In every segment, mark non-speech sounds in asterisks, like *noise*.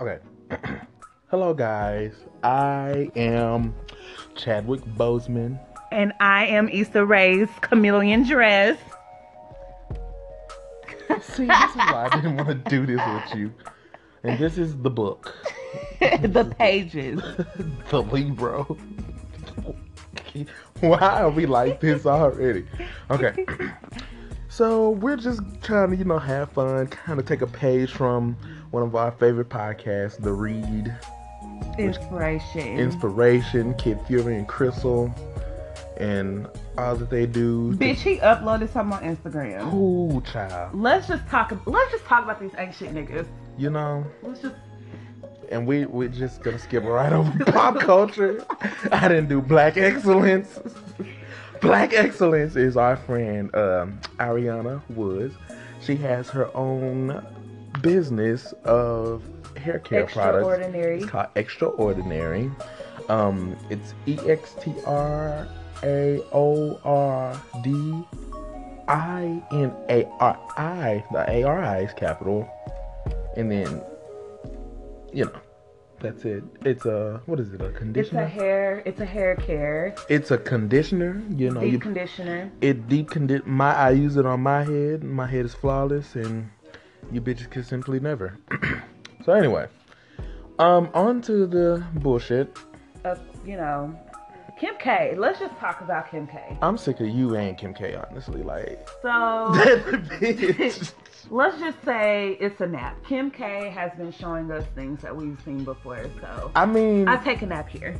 Okay. *clears throat* Hello, guys. I am Chadwick Bozeman. And I am Issa Rae's chameleon dress. See, this is why I didn't want to do this with you. And this is the book, *laughs* *laughs* the pages. the Libro. *laughs* why are we like this already? Okay. *clears throat* So we're just trying to, you know, have fun, kind of take a page from one of our favorite podcasts, The Read. Inspiration. Inspiration, Kid Fury and Crystal, and all that they do. Bitch, he uploaded something on Instagram. Cool child. Let's just talk. Let's just talk about these ancient niggas. You know, Let's just. and we we're just gonna skip right over *laughs* pop culture. I didn't do black excellence. *laughs* Black excellence is our friend um, Ariana Woods. She has her own business of hair care products. Extraordinary. It's called Extraordinary. Um, it's E X T R A O R D I N A R I. The A R I is capital. And then, you know, that's it. It's a, what is it, a It's a conditioner? hair. It's a hair care. It's a conditioner. You know, Deep you, conditioner. it deep condi- my I use it on my head. My head is flawless, and you bitches can simply never. *clears throat* so anyway, um, on to the bullshit. Of you know, Kim K. Let's just talk about Kim K. I'm sick of you and Kim K. Honestly, *laughs* like *laughs* So. that bitch. Let's just say it's a nap. Kim K has been showing us things that we've seen before, so I mean, I take a nap here.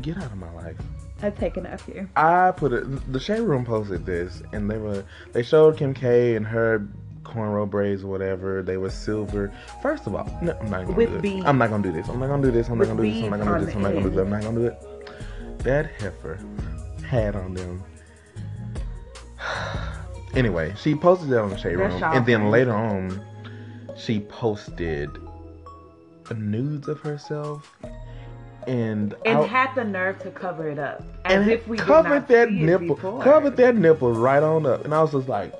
get out of my life. I take a nap here. I put it. The shade room posted this, and they were they showed Kim K and her cornrow braids, or whatever. They were silver. First of all, no, I'm not gonna With do it. beads. I'm not gonna do this. I'm not gonna do this. I'm not With gonna do this. I'm not beads gonna on do this. I'm the not gonna do this. end. I'm not gonna do it. That heifer had on them. *sighs* anyway, she posted that on the shade That's room, y'all and then friends. later on, she posted nudes of herself. And, And I- had the nerve to cover it up. As and if we did covered not that see it nipple, before. covered that nipple right on up, and I was just like,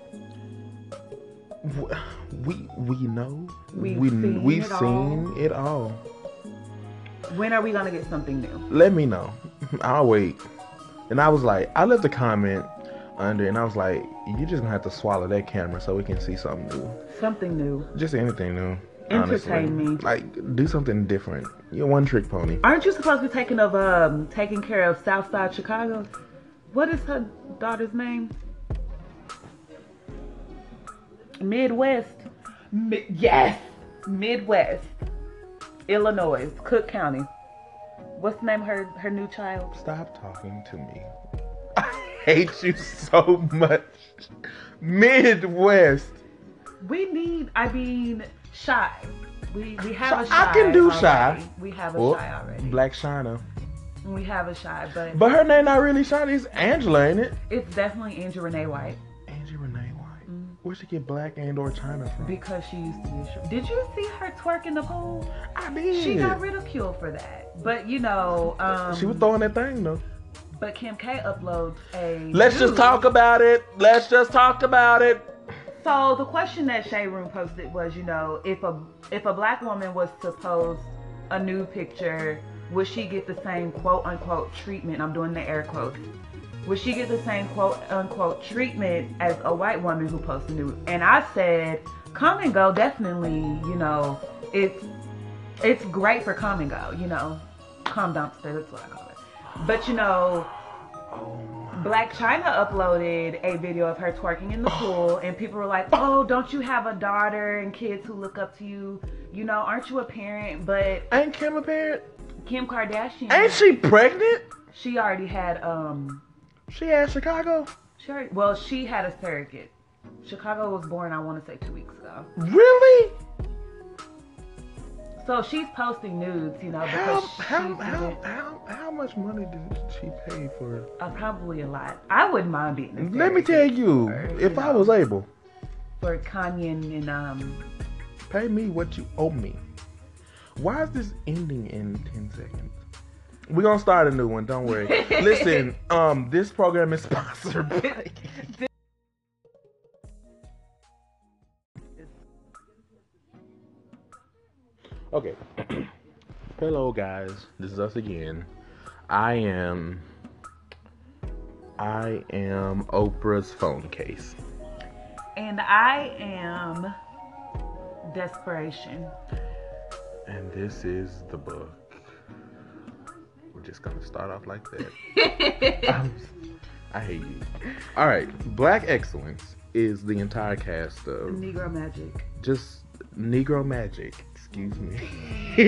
w- we we know We've we seen we've it all. seen it all. When are we gonna get something new? Let me know, *laughs* I'll wait. And I was like, I left a comment under, and I was like, you're just gonna have to swallow that camera so we can see something new, Something new. just anything new. Entertain honestly. me. Like do something different. You're one trick pony. Aren't you supposed to be taking of um taking care of Southside Chicago? What is her daughter's name? Midwest. Mi- yes, Midwest, Illinois, Cook County. What's the name of her her new child? Stop talking to me. *laughs* I hate you so much. Midwest. We need. I mean, shy. We we have a Shy- shy. I can do Shy. already. We have a Oh, shy already. Black China. We have a shy, but, But her name not really China. It's Angela, ain't it? it's definitely Angie Renee White Angie Renee White. Where'd she get black and or China from? because she used to be. a sh- Did you see her twerk in the pool? I did. She got ridiculed for that. But you know, um, She was throwing that thing though. But Kim K uploads a. Let's just nude. talk about it. Let's just talk about it. So the question that Shay Room posted was, you know, if a if a black woman was to post a nude picture, would she get the same quote unquote treatment? I'm doing the air quotes. Would she get the same quote unquote treatment as a white woman who posted nude? And I said, come and go, definitely. You know, it's it's great for come and go. You know, come dumpster. That's what I call it. But you know, Black China uploaded a video of her twerking in the pool, and people were like, "Oh, don't you have a daughter and kids who look up to you? You know, aren't you a parent?" But Ain't Kim a parent? Kim Kardashian, Ain't she pregnant? she already had um, She had Chicago. she already, well, she had a surrogate. Chicago was born, I want to say, two weeks ago. Really? So she's posting nudes, you know, How because how she's how how how much money did she pay for? uh, probably a lot. I wouldn't mind being. a Let me surrogate tell you, if I was able, for Kanye *laughs* and um, pay me what you owe me. Why is this ending in 10 seconds? We're gonna start a new one, don't *laughs* worry. Listen, um, this program is *laughs* sponsored by Okay. *clears throat* Hello, guys. This is us again. I am. I am Oprah's phone case. And I am desperation. And this is the book. We're just gonna start off like that. I'm, *laughs* I hate you. All right, Black Excellence is the entire cast of *laughs* Negro magic. just Negro Magic. Excuse me. *laughs*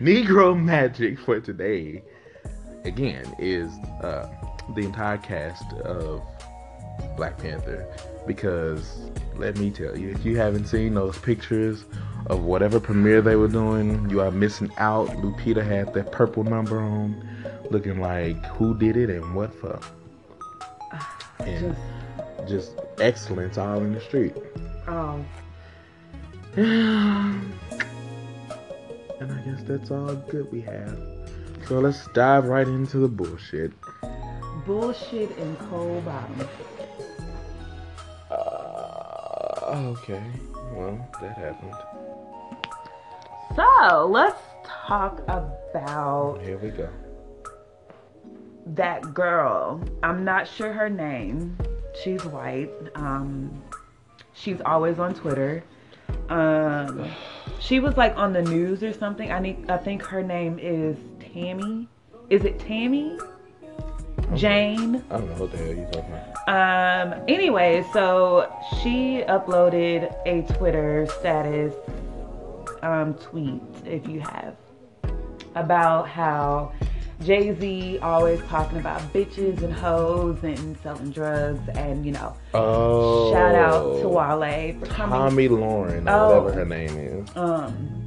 Negro Magic for today, again, is uh, the entire cast of Black Panther. Because let me tell you, if you haven't seen those pictures of whatever premiere they were doing, you are missing out. Lupita had that purple number on, looking like who did it and what for. And Just just excellence all in the street. oh, *sighs* and I guess that's all good we have. So let's dive right into the bullshit. bullshit and cold bottom. Uh, okay. Well, that happened. So let's talk about Here we go. that girl. I'm not sure her name. She's white. Um, she's always on Twitter. Um, she was like on the news or something. I need. I think her name is Tammy. Is it Tammy? Jane. I don't know what the hell you talking about. Um. Anyway, so she uploaded a Twitter status um, tweet, if you have, about how Jay Z always talking about bitches and hoes and selling drugs, and you know, Oh. shout out to Wale for coming. Tommy Lauren, or Oh. whatever her name is. Um,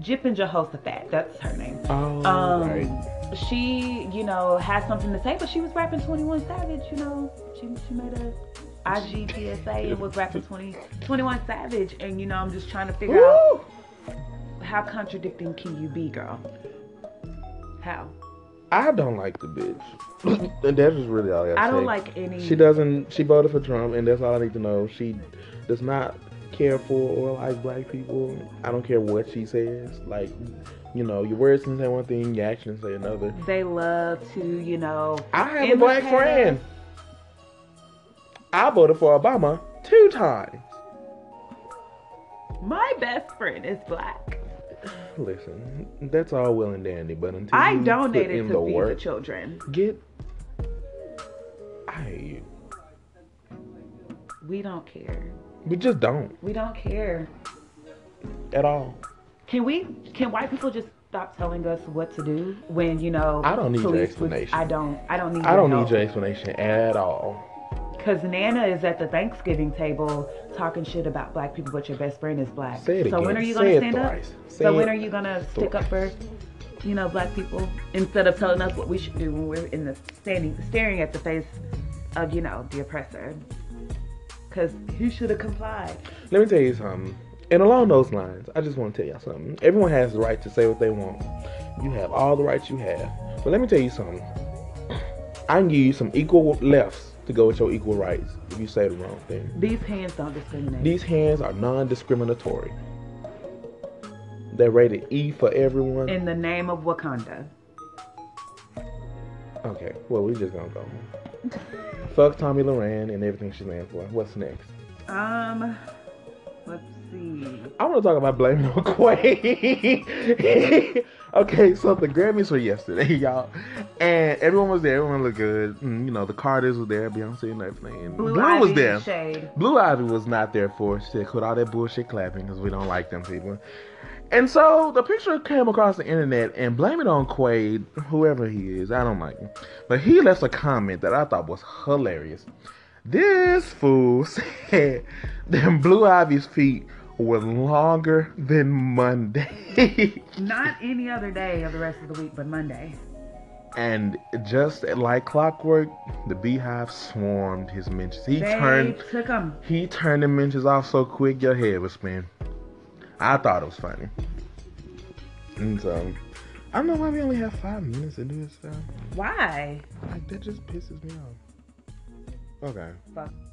Jip and Jehoshaphat, that's her name. Oh, Um, right. she, you know, had something to say, but she was rapping 21 Savage, you know. She, she made a IG PSA and was rapping 20, 21 Savage, and, you know, I'm just trying to figure out how contradicting can you be, girl? How? I don't like the bitch. *clears throat* and that's just really all I gotta I don't say. like any. She doesn't. She voted for Trump, and that's all I need to know. She does not care for or like black people. I don't care what she says. Like, you know, your words can say one thing, your actions say another. They love to, you know. I have In a the black past- friend. I voted for Obama two times. My best friend is black. Listen, that's all well and dandy, but until I you put donated in to the feed the work, children. get. I hate you. We don't care. We just don't We don't care. at all. Can we? Can white people just stop telling us what to do when you know? I don't need your police- explanation. I don't. I don't need. I don't need your explanation at all. Because Nana is at the Thanksgiving table talking shit about black people, but your best friend is black. Say it so again. when are you Say gonna it stand thrice. up? Say so when it are you gonna stick up for, you know, black people instead of telling us what we should do when we're in the standing, staring at the face of you know the oppressor? Because he should have complied. Let me tell you something. And along those lines, I just want to tell y'all something. Everyone has the right to say what they want. You have all the rights you have. But let me tell you something. I can give you some equal lefts to go with your equal rights if you say the wrong thing. These hands don't discriminate. These hands are non-discriminatory. They're rated E for everyone. in the name of Wakanda. okay, well we just gonna go. Fuck Tommy Loran and everything she stands for. What's next? Um, let's see. I want to talk about Blame No Quay. *laughs* okay, so the Grammys were yesterday, *laughs* y'all, and everyone was there. Everyone looked good. And, you know, the Carters was there, Beyonce and everything. And Blue, Ivy was and there. Shade. Blue Ivy was not there for it. She said, quit all that bullshit clapping because we don't like them people. And so the picture came across the internet and blame it on Quaid, whoever he is. I don't like him. But he left a comment that I thought was hilarious. This fool *laughs* said that Blue Ivy's feet were longer than Monday. *laughs* Not any other day of the rest of the week, but Monday. and just like clockwork, the beehive swarmed his mentions. He they turned took them. He turned the mentions off so quick, your head would spin. I thought it was funny. And so, I don't know why we only have five minutes to do this stuff. Why? Like, that just pisses me off. Okay. Fuck.